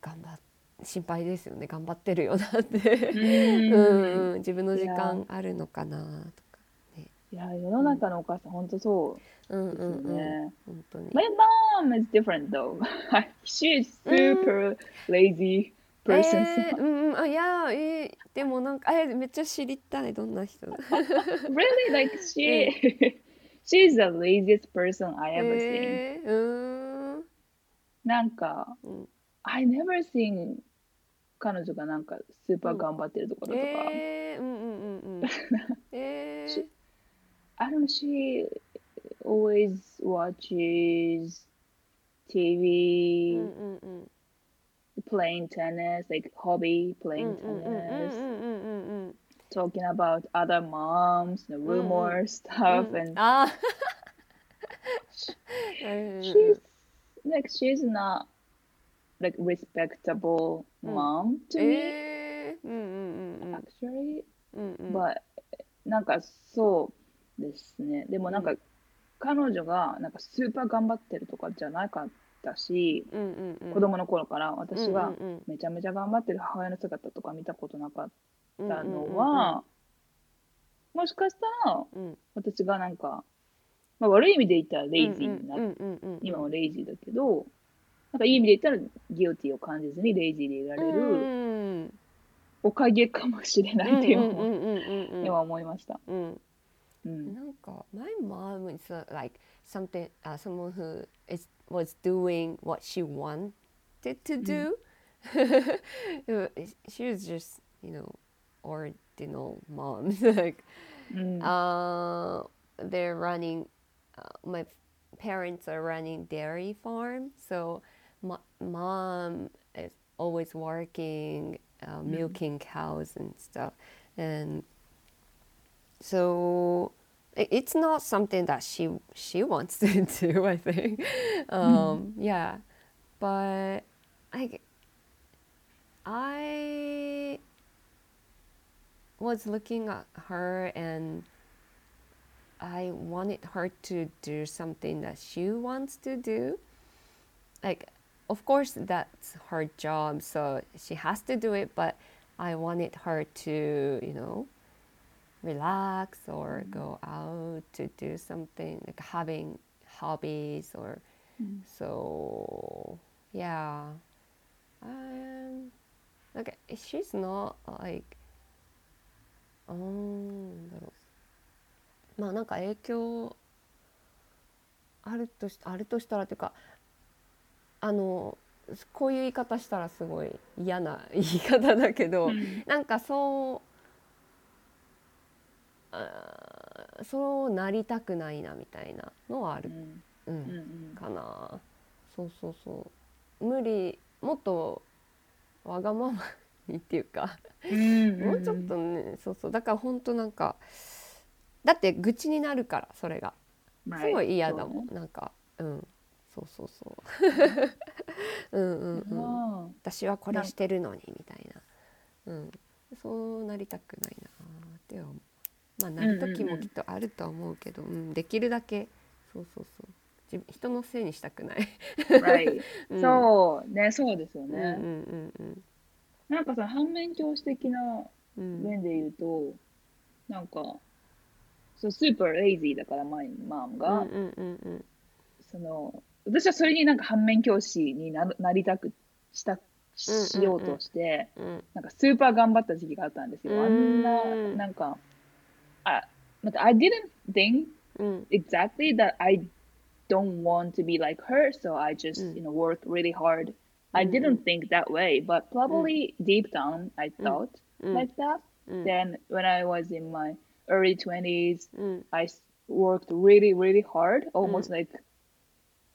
B: 頑張っ心配ですよね頑張ってるよなって
A: う
B: うん
A: ん
B: うん自分の時
A: いや
B: 間あるのかなとか、
A: いや世の中のお母さん、本当そう
B: うん
A: です
B: う
A: よ
B: ん
A: ね。
B: うん、本当に
A: My mom is different though. she is super lazy
B: え
A: person.
B: ーうんうんあいやーえーでもなんかえーめっちゃ知りたいどんな 人
A: really, like she, she is the laziest person I ever seen.
B: えー、う
A: なんか、
B: ーん、うん
A: I never seen 彼女がなんかスーパー頑張ってるところとか。
B: えー、うんうんうん うんえー
A: I don't know, she always watches
B: う
A: TV,
B: んうんうん
A: playing tennis, like hobby
B: うん
A: playing
B: うんうんう
A: tennis,
B: んうんうんうん
A: talking about other moms, the
B: Mm.
A: rumor stuff,
B: うん
A: and
B: あ ーなるほど
A: she's like she's not like respectable
B: Mm.
A: mom to me
B: えー、うんうんうんうん
A: actually
B: うんうん
A: but なんかそうですねでもなんか彼女がなんかスーパー頑張ってるとかじゃなかったし
B: うんうんうん
A: 子供の頃から私は
B: うんうん
A: めちゃめちゃ頑張ってる母親の姿とか見たことなかっ
B: うん
A: たのはもしかしたら
B: うんうん
A: 私がなんか、まあ、悪い意味で言ったらレイジーになっ
B: うんうんうんうん
A: 今はレイジーだけど、なんかいい意味で言ったらギオティを感じずにレイジーでいられ
B: うんう
A: る
B: ん
A: おかげかもしれないって今
B: うん
A: 思
B: うんうんうんうん
A: 今思いました。
B: うん
A: うん。
B: なんか my mom is uh, like something uh, someone who is was doing what she wanted to do.
A: Mm.
B: she was just you know ordinal mom. like
A: うん。
B: uh, they're running. Uh, my parents are running dairy farm, so my mom is always working, uh, milking cows and stuff, and so i- it's not something that she she wants to do. I think, um, yeah, but I g- I was looking at her and I wanted her to do something that she wants to do. Like of course that's her job so she has to do it but i wanted her to you know relax or go out to do something like having hobbies or so yeah um like she's not like うーんなんだろうまあなんか影響あるとしあるとしたらというかあのこういう言い方したらすごい嫌な言い方だけど、
A: うん
B: なんかそうあーそうなりたくないなみたいなのはあ
A: う
B: る、
A: ん
B: う
A: うん
B: ん
A: うん
B: かなそうそうそう無理もっとわがままにっていうか
A: うん
B: もうちょっとねそうそうだから本当なんかだって愚痴になるからそれが
A: はい
B: すごい嫌だ
A: そうね
B: もん、なんかうんそうそうそ ううんうんうん
A: うん
B: 私はこれしてるのにみたいなうんそうなりたくないなーって思うまあなる時もきっとあるとは思うけど、うんできるだけそうそうそう自人のせいにした くない、
A: Right
B: うん、
A: そうね、そうですよ
B: うんうん
A: ね。なんかさ、反面教師的な
B: うんうんうん
A: 面で言うと、なんか、そう、スーパーレイジーだから、マイマン
B: うん
A: が、
B: うんうんうん
A: その、私はそれになんか反面教師にななりたく、した、
B: うんうん
A: しようとして、
B: うん
A: なんかスーパー頑張った時期があったんですよ。あんな
B: う、ーん
A: なんか、あ、待って、I didn't think
B: うん
A: exactly that I don't want to be like her, so I just
B: Mm.
A: you know worked really hard. I
B: Mm,
A: didn't think that way, but probably deep down I thought like that.
B: Mm.
A: Then when I was in my early twenties,
B: うん、
A: I s- worked really really
B: Mm.
A: hard, almost like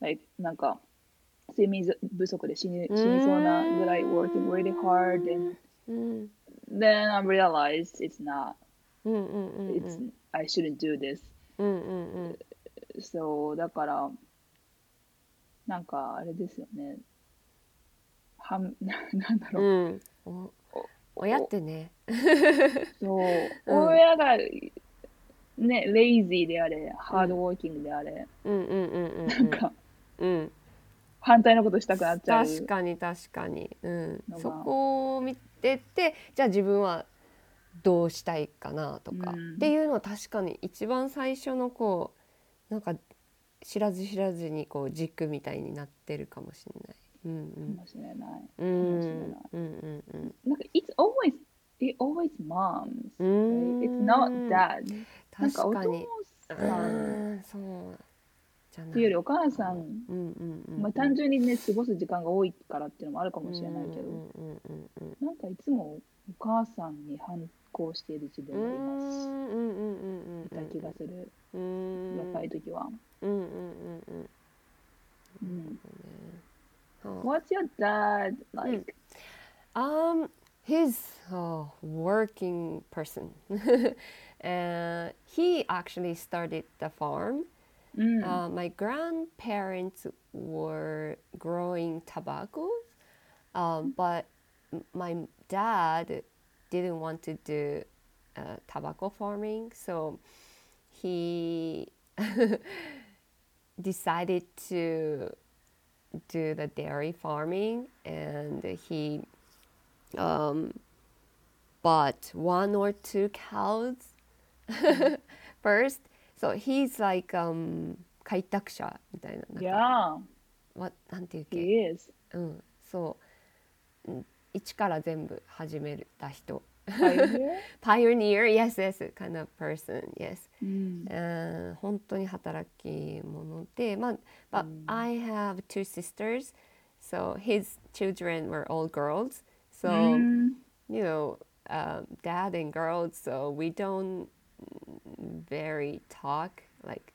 A: like なんか睡眠不足で死に死
B: Mm.
A: にそうなぐらい working really hard, and
B: うん、
A: then I realized it's not
B: うんうんうんうん
A: it's I shouldn't do this.
B: うんうんうん
A: そう、だから、なんかあれですよね。はん、 な、なんだろう。
B: うんお親って ね
A: そう、
B: うん
A: 親が、ね、レイジーであれ、ハードウォーキングであれ、
B: うんうんうんうん
A: なんか、
B: うんうん
A: 反対のことしたくなっちゃう。
B: 確かに確かに、うん
A: の、が
B: そこを見ててじゃあ自分はどうしたいかなとか、
A: うん
B: っていうのは確かに一番最初のこうなんか知らず知らずにこう軸みたいになってるかもしれない。うん
A: かもしれない。
B: うんうんうんうん
A: なんか、it's always, it always moms. right?
B: うん
A: It's not dad. なんか
B: 確
A: お
B: かに
A: 父さん
B: うんそうじゃ
A: っ
B: な
A: ていうよりお母さん、
B: うんうんうんうん
A: まあ単純にね、過ごす時間が多いからっていうのもあるかもしれないけど。
B: うんうんうんうん
A: なんかいつもお母さんに反抗している自
B: う
A: 分がいま
B: ん
A: す。
B: うんうんうんうん
A: いた気がする。
B: うん
A: 若い時は。
B: うんうんうんうん
A: うん。
B: そうね
A: What's your dad like?
B: Um, he's a working person. and he actually started the farm.
A: うん。
B: Uh, my grandparents were growing tobacco, um, but m- my dad didn't want to do uh, tobacco farming, so he decided to do the dairy farming, and he um, bought one or two cows first. So he's like um 開拓者みたいななんか
A: Yeah,
B: わなんていうっけ、
A: he is.
B: うんそううん一から全部始めた人
A: Are you here?
B: pioneer yes yes kind of person yes
A: うん。
B: うん本当に働き者でまあ、
A: う
B: but
A: ん
B: I have two sisters so his children were all girls so、you know, um, dad and girls, so we don't very talk, like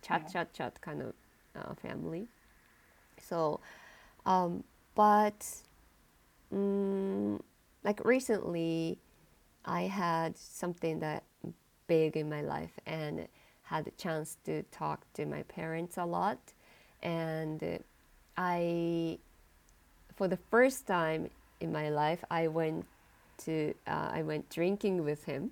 B: chat,
A: Yeah.
B: chat, chat kind of uh, family. So, um, but mm, like recently, I had something that big in my life and had a chance to talk to my parents a lot. And I for the first time in my life, I went to uh, I went drinking with him.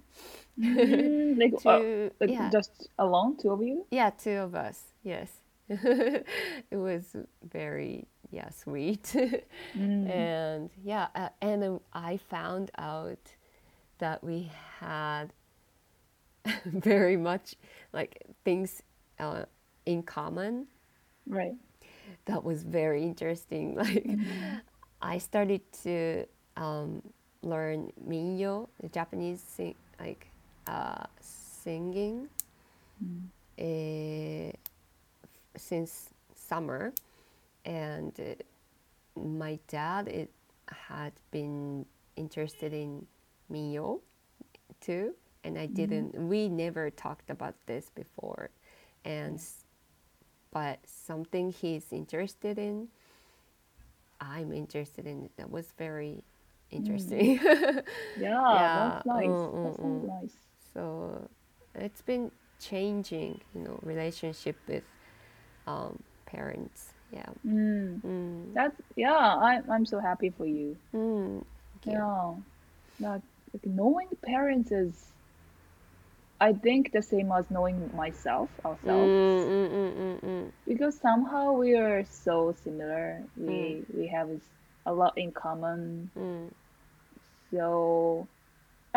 A: うん。Like, uh,
B: To
A: like
B: yeah,
A: just alone, two of you?
B: yeah, two of us. Yes, it was very yeah sweet
A: うん。
B: and yeah uh, and then i found out that we had very much like things uh, in common
A: right.
B: that was very interesting like i started to um, learn minyo the japanese sing- like uh, singing uh, since summer, and uh, my dad it had been interested in Mio too, and I didn't. We never talked about this before, and s- but something he's interested in, I'm interested in. That was very interesting.
A: Yeah,
B: Yeah,
A: that's nice.
B: mm, mm,
A: that sounds nice.
B: So it's been changing, you know, relationship with um, parents. Yeah.
A: Mm.
B: Mm.
A: That's yeah. I'm I'm so happy for you.
B: Mm.
A: Yeah.
B: Yeah.
A: Like, like knowing parents is, I think the same as knowing myself ourselves
B: Mm, mm, mm, mm, mm.
A: because somehow we are so similar. We
B: Hmm.
A: we have s- a lot in common.
B: Mm,
A: So,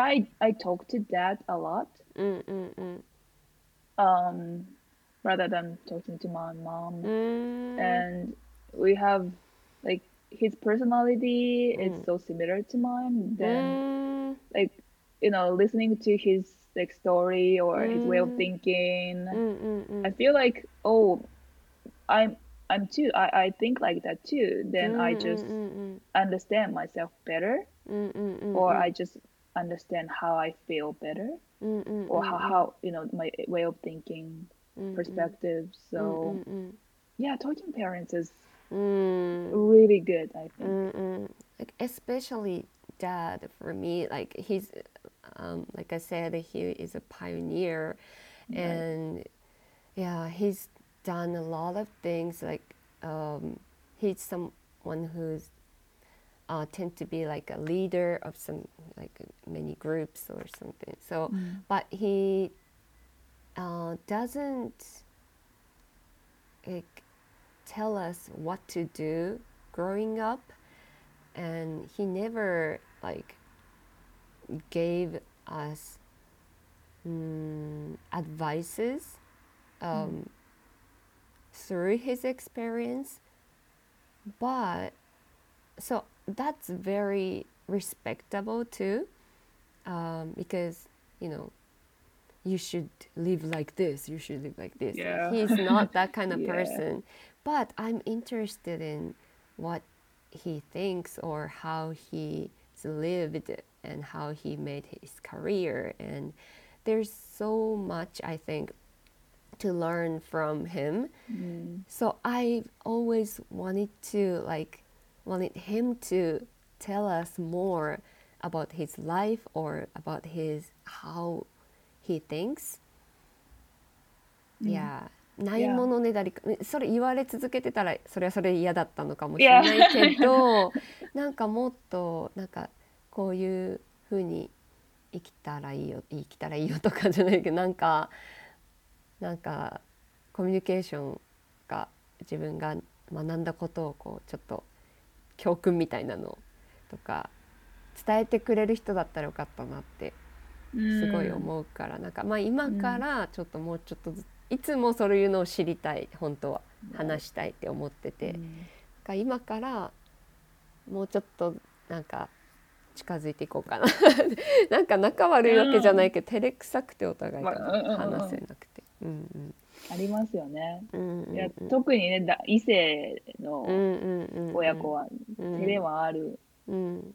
A: I I talk to dad a lot.
B: mm, mm, mm.
A: Um, rather than talking to my mom.
B: Mm.
A: and we have like his personality is so similar to mine then
B: Hmm. Mm,
A: like you know listening to his like story or his way of
B: Mm.
A: thinking
B: mm, mm,
A: i
B: mm.
A: feel like oh i'm i'm too i i think like that too then i
B: Mm,
A: just
B: mm, mm,
A: understand myself better
B: mm, mm, mm,
A: or
B: mm,
A: i just understand how i feel better
B: mm, mm,
A: or
B: mm,
A: how
B: mm,
A: how you know my way of thinking
B: mm, mm,
A: perspective so
B: mm, mm,
A: yeah talking parents is
B: mm.
A: really good i think
B: Mm-hmm. Mm-mm. Like especially dad for me, like he's, um, like I said, he is a pioneer,
A: Right.
B: and yeah, he's done a lot of things. Like um, he's someone who's uh, tend to be like a leader of some like many groups or something. So, but he uh, doesn't like tell us what to do growing up and he never like gave us mm, advices um, through his experience but so that's very respectable too um, because you know you should live like this you should live like this Like,
A: Yeah.
B: he's not that kind of
A: Yeah.
B: person but i'm interested in what he thinks or how he's lived and how he made his career and there's so much i think to learn from him
A: Mm,
B: so I always wanted to like wanted him to tell us more about his life or about his how he thinks. Yeah. ないものねだりかそれ言われ続けてたらそれはそれで嫌だったのかもしれないけど なんかもっとなんかこういうふうに生きたらいいよ生きたらいいよとかじゃないけどなんかなんかコミュニケーションが自分が学んだことをこうちょっと教訓みたいなのとか伝えてくれる人だったらよかったなって
A: Mm.
B: すごい思うから、なんかまあ今からちょっともうちょっとずいつもそういうのを知りたい本当は話したいって思ってて、
A: Mm.
B: が今からもうちょっとなんか近づいていこうかな なんか仲悪いわけじゃないけど、照れくさくてお互いが
A: まあうんうんうん
B: 話せなくて。うん
A: ありますよね。
B: うんうんうん
A: いや Mm-hmm. 特にねだ異性
B: う
A: の
B: んうんうんうん
A: 親子は
B: うん
A: 照れはある。
B: うん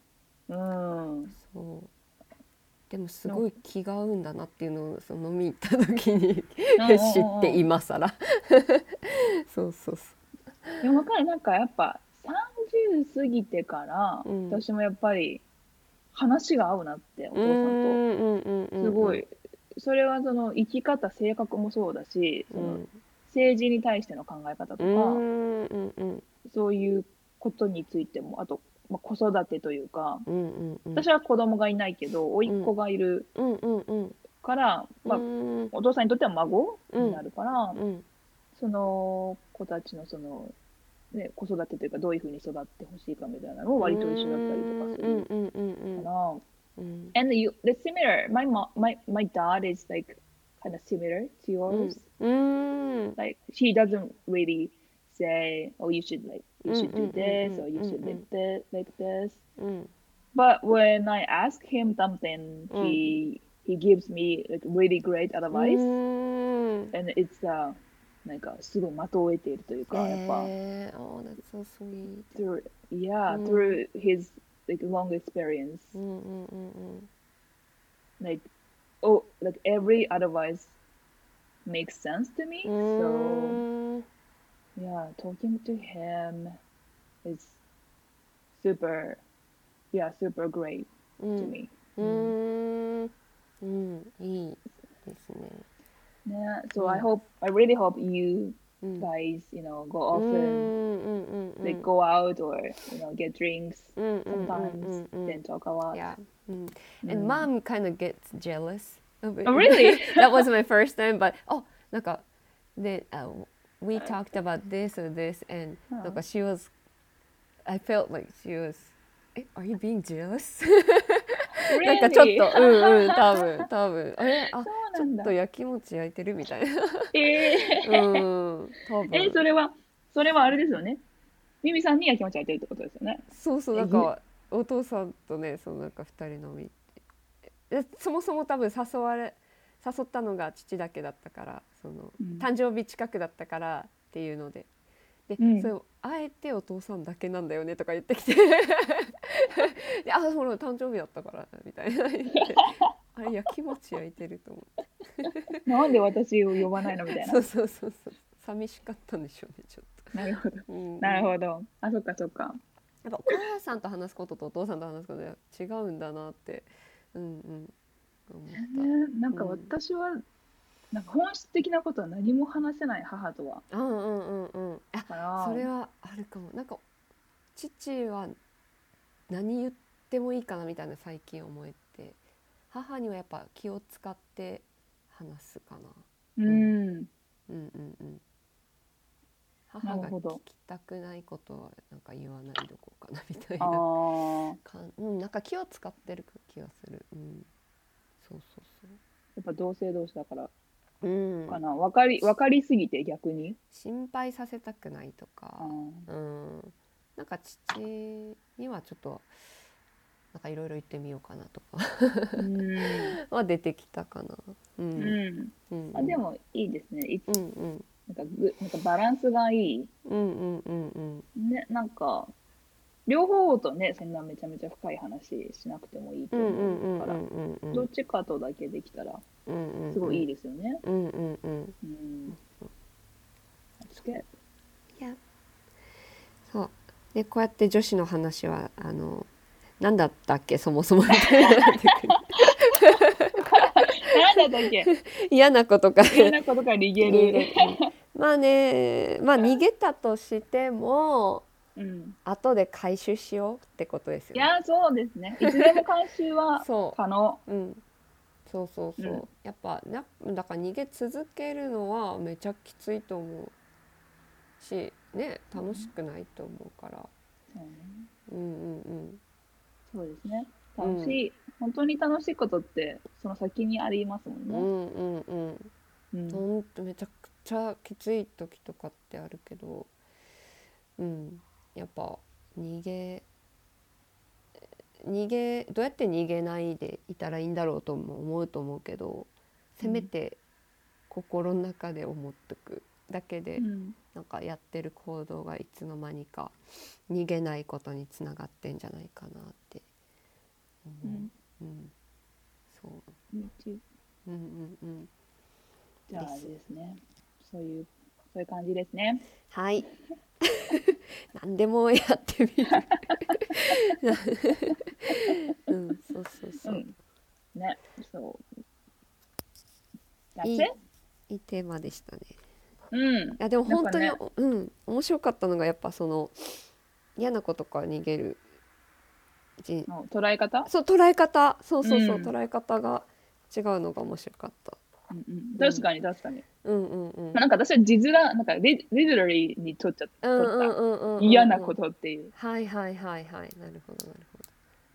A: うん。
B: そうでもすごい気が合うんだなっていうのをその飲み行った時に 知って
A: い
B: 今更 そうそうそ
A: でも分かるなんかやっぱ30過ぎてから、
B: うん
A: 私もやっぱり話が合うなってお
B: うう
A: 父さ
B: んうんんうんう
A: と
B: ん
A: すごい。それはその生き方性格もそうだし、
B: う
A: その
B: ん
A: 政治に対しての考え方とか、
B: うんうんうん
A: そういうことについてもあと、まあ、子育てというか、
B: うんうんうん
A: 私は子供がいないけど甥っ子がいる
B: うんうんうん
A: から、まあ、
B: うん
A: お父さんにとっては孫になるから、
B: うん
A: その子たちのそのね、子育てというかどういうふうに育ってほしいかみたいなのも割と一緒だったりとかするから
B: Mm.
A: and you the similar my mom my my dad is like kind of similar to yours
B: Mm.
A: like she doesn't really say oh you should like you should do
B: Mm, mm, mm,
A: this
B: mm,
A: or you should
B: mm,
A: like this like this
B: Mm.
A: but when i ask him something
B: Mm.
A: he he gives me like really great advice
B: Mm.
A: and it's uh なんかすごい的を得ているというか、やっぱ
B: Eh, oh, that's so sweet.
A: through yeah、
B: うん
A: through his like long experience、
B: Mm, mm, mm, mm.
A: like oh like every advice makes sense to me so
B: Mm.
A: yeah talking to him is super yeah super great to
B: Mm.
A: me
B: Mm. Mm. いいですね。
A: yeah so i
B: Mm.
A: hope i really hope you
B: うん。
A: guys you know go
B: うん
A: often
B: うんうんうん
A: like go out or you know get drinks
B: うんうんうんうん
A: sometimes
B: うん
A: then talk a lot
B: mm, Yeah. Mm.
A: Mm.
B: And mom kind of gets jealous of it.
A: Oh, really?
B: that was my first time, but oh, なんか then uh, we talked about this or this, and
A: Oh.
B: なんか she was, I felt like she was, え are you being jealous? なんかちょっ
A: really?
B: と、うんうん、多 分多分あれ
A: そ
B: あ
A: う
B: ち
A: な
B: ょ
A: ん
B: っ
A: だ
B: と焼きもち焼いてる み たいな。
A: えー
B: うん、多
A: え
B: 分。
A: それはそれはあれですよねミミさんにやきもち焼いてるってことですよね
B: そうそう
A: え
B: なんかお父さんとねそのなんか二人飲みえそもそも多分誘われ誘ったのが父だけだったからその、
A: うん
B: 誕生日近くだったからっていうのでで、
A: うん
B: それをあえてお父さんだけなんだよねとか言ってきてであほら誕生日だったからみたいな言ってあれやきもち焼いてると思って
A: なんで私を呼ばないのみたい
B: そ
A: な
B: うそうそうそう寂しかったんでしょうねちょっ
A: なるほど
B: と。うん
A: なるほど。あ、そっかそっか。
B: やっぱお母さんと話すこととお父さんと話すことでは違うんだなって、うんうん、思
A: ね
B: っ
A: なんか私は、なんか本質的なことは何も話せない母とは。
B: た。うんうんうんうん。あ
A: だから、
B: それはあるかも。なんか父は何言ってもいいかなみたいな最近思えて母にはやっぱ気を使って話すかな。
A: うん。
B: うんうんうん。
A: な
B: 母
A: る
B: が
A: ほ
B: 聞
A: ど
B: きたくないことはなんか言わないどこうかなみたい
A: あ
B: な
A: あ、
B: 感うん、なんか気を使ってる気がする。うん、そうそうそう。
A: やっぱ同性同士だから
B: うん、
A: かな。わかり、わかりすぎて逆に。
B: 心配させたくないとか
A: あ、ー
B: うん、なんか父にはちょっとなんかいろいろ言ってみようかなとか
A: うん。
B: は出てきたかな。うん、
A: うん。
B: うん、
A: あ、で、もいいですね。い
B: うんうん、
A: なんかぐ、なんかバランスがいい。
B: うんうんうんうん、
A: ね、なんか、両方とね、そんなめちゃめちゃ深い話しなくてもいいと
B: うんう
A: 思
B: んうん
A: うか
B: う
A: ら、
B: んうんうん、
A: どっちかとだけできたら、
B: うんうんうん、
A: すごいいいですよね。
B: うんうんうん、
A: うん。That's good.
B: そう。でこうやって女子の話はあの何だったっけそも そも
A: なんだったっ け
B: 嫌なことか
A: 嫌なことから逃げる。
B: まあねまあ逃げたとしても
A: うん。
B: 後で回収しようってことですよ
A: い
B: ね。
A: や、そうですね。いつでも回収は
B: そ
A: 可能。
B: う、うん、そうそうそう、
A: うん
B: やっぱなだから逃げ続けるのはめちゃきついと思うしね楽しくないと思うから、
A: そうね
B: うんうんうん、
A: そうですね。楽しい、本当に楽しいことって、その先にありますもん
B: う
A: ね。
B: んうんうん、
A: うん。
B: ほんとめちゃくちゃきつい時とかってあるけど、うん、やっぱ逃げ逃げどうやって逃げないでいたらいいんだろうとも思うと思うけどせめて心の中で思っとくだけで、
A: うん
B: なんかやってる行動がいつの間にか逃げないことにつながってんじゃないかなって
A: う
B: 思
A: ん
B: う。うん、そう
A: めっちゃ
B: うんうんうん
A: じゃあ、あれですね。そういう、そういう感じですね。
B: はい。 何でもやってみる。 うん、そうそう
A: う
B: そう。
A: ん。ね、そう。That's
B: いい
A: it?
B: いいテーマでしたね。
A: うん
B: い。やでも本当に、
A: なん
B: うん面白かったのがやっぱその嫌なことから逃げる人
A: の捉え方
B: そう捉え方そうそうそう、
A: うん
B: 捉え方が違うのが面白かった。
A: うんうん、確かに確かに。
B: うんうんう
A: ま
B: ん
A: あ、なんか私は字面、なんかリリテラリーに取っちゃっ
B: うんうん
A: 取っ
B: うんうんうん
A: た嫌なことっていう、
B: はいはいはいはいなるほどなる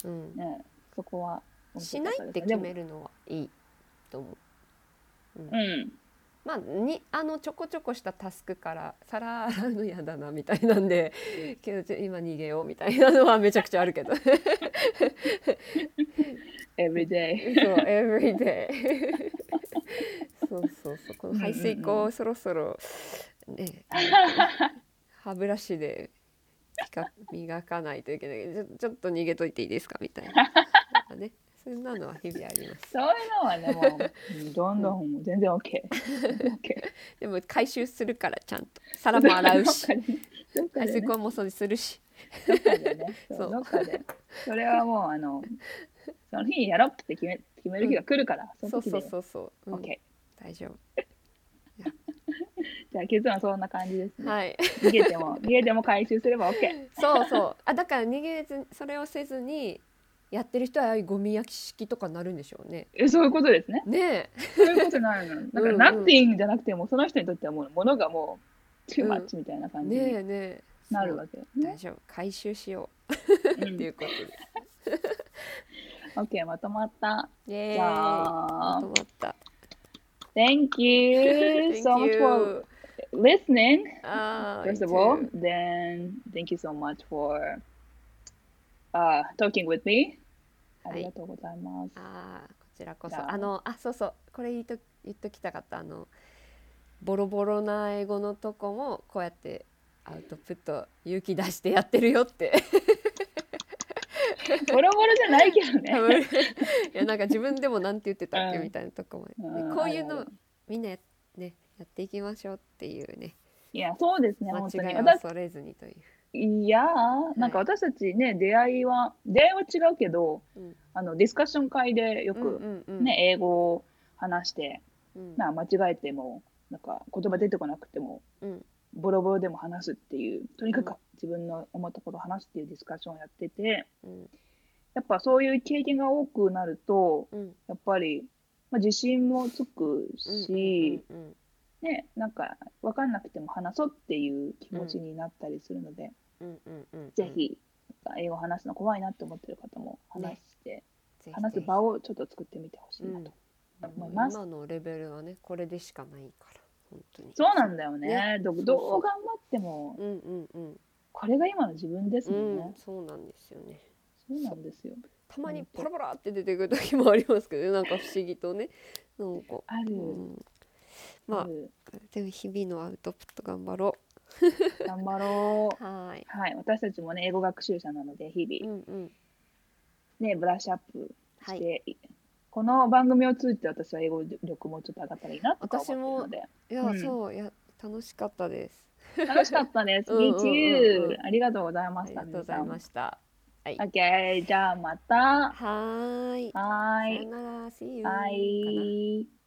B: ほど、うん、
A: ね、そこは面
B: し
A: 白か
B: な
A: た
B: い
A: ですね。
B: って決
A: で
B: めるのはいいと思う
A: もうん。
B: まあにあのちょこちょこしたタスクから皿洗うの嫌だなみたいなんで けど今逃げようみたいなのはめちゃくちゃあるけど そう
A: every day。
B: every day そうそうそうこの排水
A: うんうんう
B: 口そろそろ ね歯ブラシでピカ磨かないといけないちょちょっと逃げといていいですかみたいななんかねそんなのは日々あります
A: そういうのはね、もう、うんどんどんもう全然 OK。OK。
B: でも回収するからちゃんと皿も洗う し
A: どっかで。どっか
B: 排
A: で
B: 水
A: ね
B: 口も掃除するし
A: どっかでね。そ
B: そう
A: うどっかで。それはもう、あの、その日にやろうって決め決める日が来るから、
B: そう
A: 時
B: そ
A: で
B: うそうそう、うん
A: OK。
B: 大丈
A: じゃあ、結論はそんな感じです
B: 夫
A: ね。
B: はい
A: 逃げても、逃げても回収すれば OK。
B: そうそうあだから逃げずそれをせずにやってる人はああいうゴミ焼き式とかなるんでしょうね
A: えそういうことですね。
B: ね
A: そういうことになるの。だか
B: うんうん
A: ら、ナッティングじゃなくても、その人にとってはもう、ものがもう、too
B: うん
A: much みたいな
B: え
A: 感じ
B: ね
A: に
B: えねえ
A: なる
B: そ
A: わ
B: う
A: けです
B: 大
A: ね。
B: 丈夫回収しよ
A: う
B: うっ
A: ん
B: ていうことで
A: OK、まとまった。
B: イエーイ
A: じゃ
B: ま
A: あ
B: とまった
A: Thank you
B: Thank
A: so much for
B: you
A: listening.
B: あー
A: First of
B: you
A: all,
B: too.
A: then thank you so much for uh, talking with me. あ
B: はい
A: りがとうございます。
B: あーこちらこ
A: じゃ
B: そ
A: あ
B: あのあそうそうこれ言っと言っときたかったあのボロボロな英語のとこもこうやってアウトプット勇気出してやってるよって
A: ボロボロじゃないけど
B: 多分
A: ね。
B: いやなんか自分でもなんて言ってたっけ
A: うん
B: みたいなとこも、
A: うん
B: でこういう
A: あ
B: の
A: るある
B: みんなやねやっていきましょうっていうね
A: いや、そうですね、
B: 間
A: 本当
B: 違
A: に。
B: いを
A: 私
B: 恐れずにという。
A: いやー、なんか私たちね、出会いは、出会いは違うけど、
B: うん
A: あのディスカッション会でよ
B: うん
A: く
B: うんうん
A: ね、英語を話して、
B: うん
A: な間違えても、なんか言葉出てこなくても、
B: うん
A: ボロボロでも話すっていうとにか
B: う
A: く
B: ん
A: 自分の思ったことを話すっていうディスカッションをやってて
B: うん
A: やっぱそういう経験が多くなると
B: うん
A: やっぱり、まあ、自信もつくし、
B: うんうん
A: ね、なんか分かんなくても話そうっていう気持ちになったりするので、
B: うんうんうんうん
A: ぜひなんか英語話すの怖いなって思ってる方も話して、
B: ぜひ
A: 話す場をちょっと作ってみてほしいなと思います。
B: 今のレベルはねこれでしかないから本当に
A: そうなんだよね
B: ね
A: ど
B: そう
A: どう頑張っても
B: うんうんうん
A: これが今の自分ですもん
B: う
A: ね
B: ん、そうなんですよね
A: そうなんですよ
B: たまに
A: 本当
B: パラパラって出てくる時もありますけどなんか不思議とねなんか、
A: ある、
B: うん、まあ
A: ある
B: でも日々のアウトプット頑張ろ
A: 頑張ろう
B: う。はい。
A: はい、私たちもね、英語学習者なので、日
B: う
A: 々、
B: んうん。
A: ね、ブラッシュアップ
B: は
A: し
B: い。
A: て、この番組を通じて私は英語力もちょっと上がったらいいなとか思ってるので、
B: いや、
A: うん
B: そういや楽しかったです。
A: 楽しかったです。
B: うんうんうんうん
A: Me too! ありがとうござい
B: あ
A: まし
B: り
A: た。
B: がとうございました。
A: 皆さん OK、じゃあまた。
B: はーい。
A: はー
B: さよ
A: い。
B: なら、see you
A: は
B: かな。
A: い。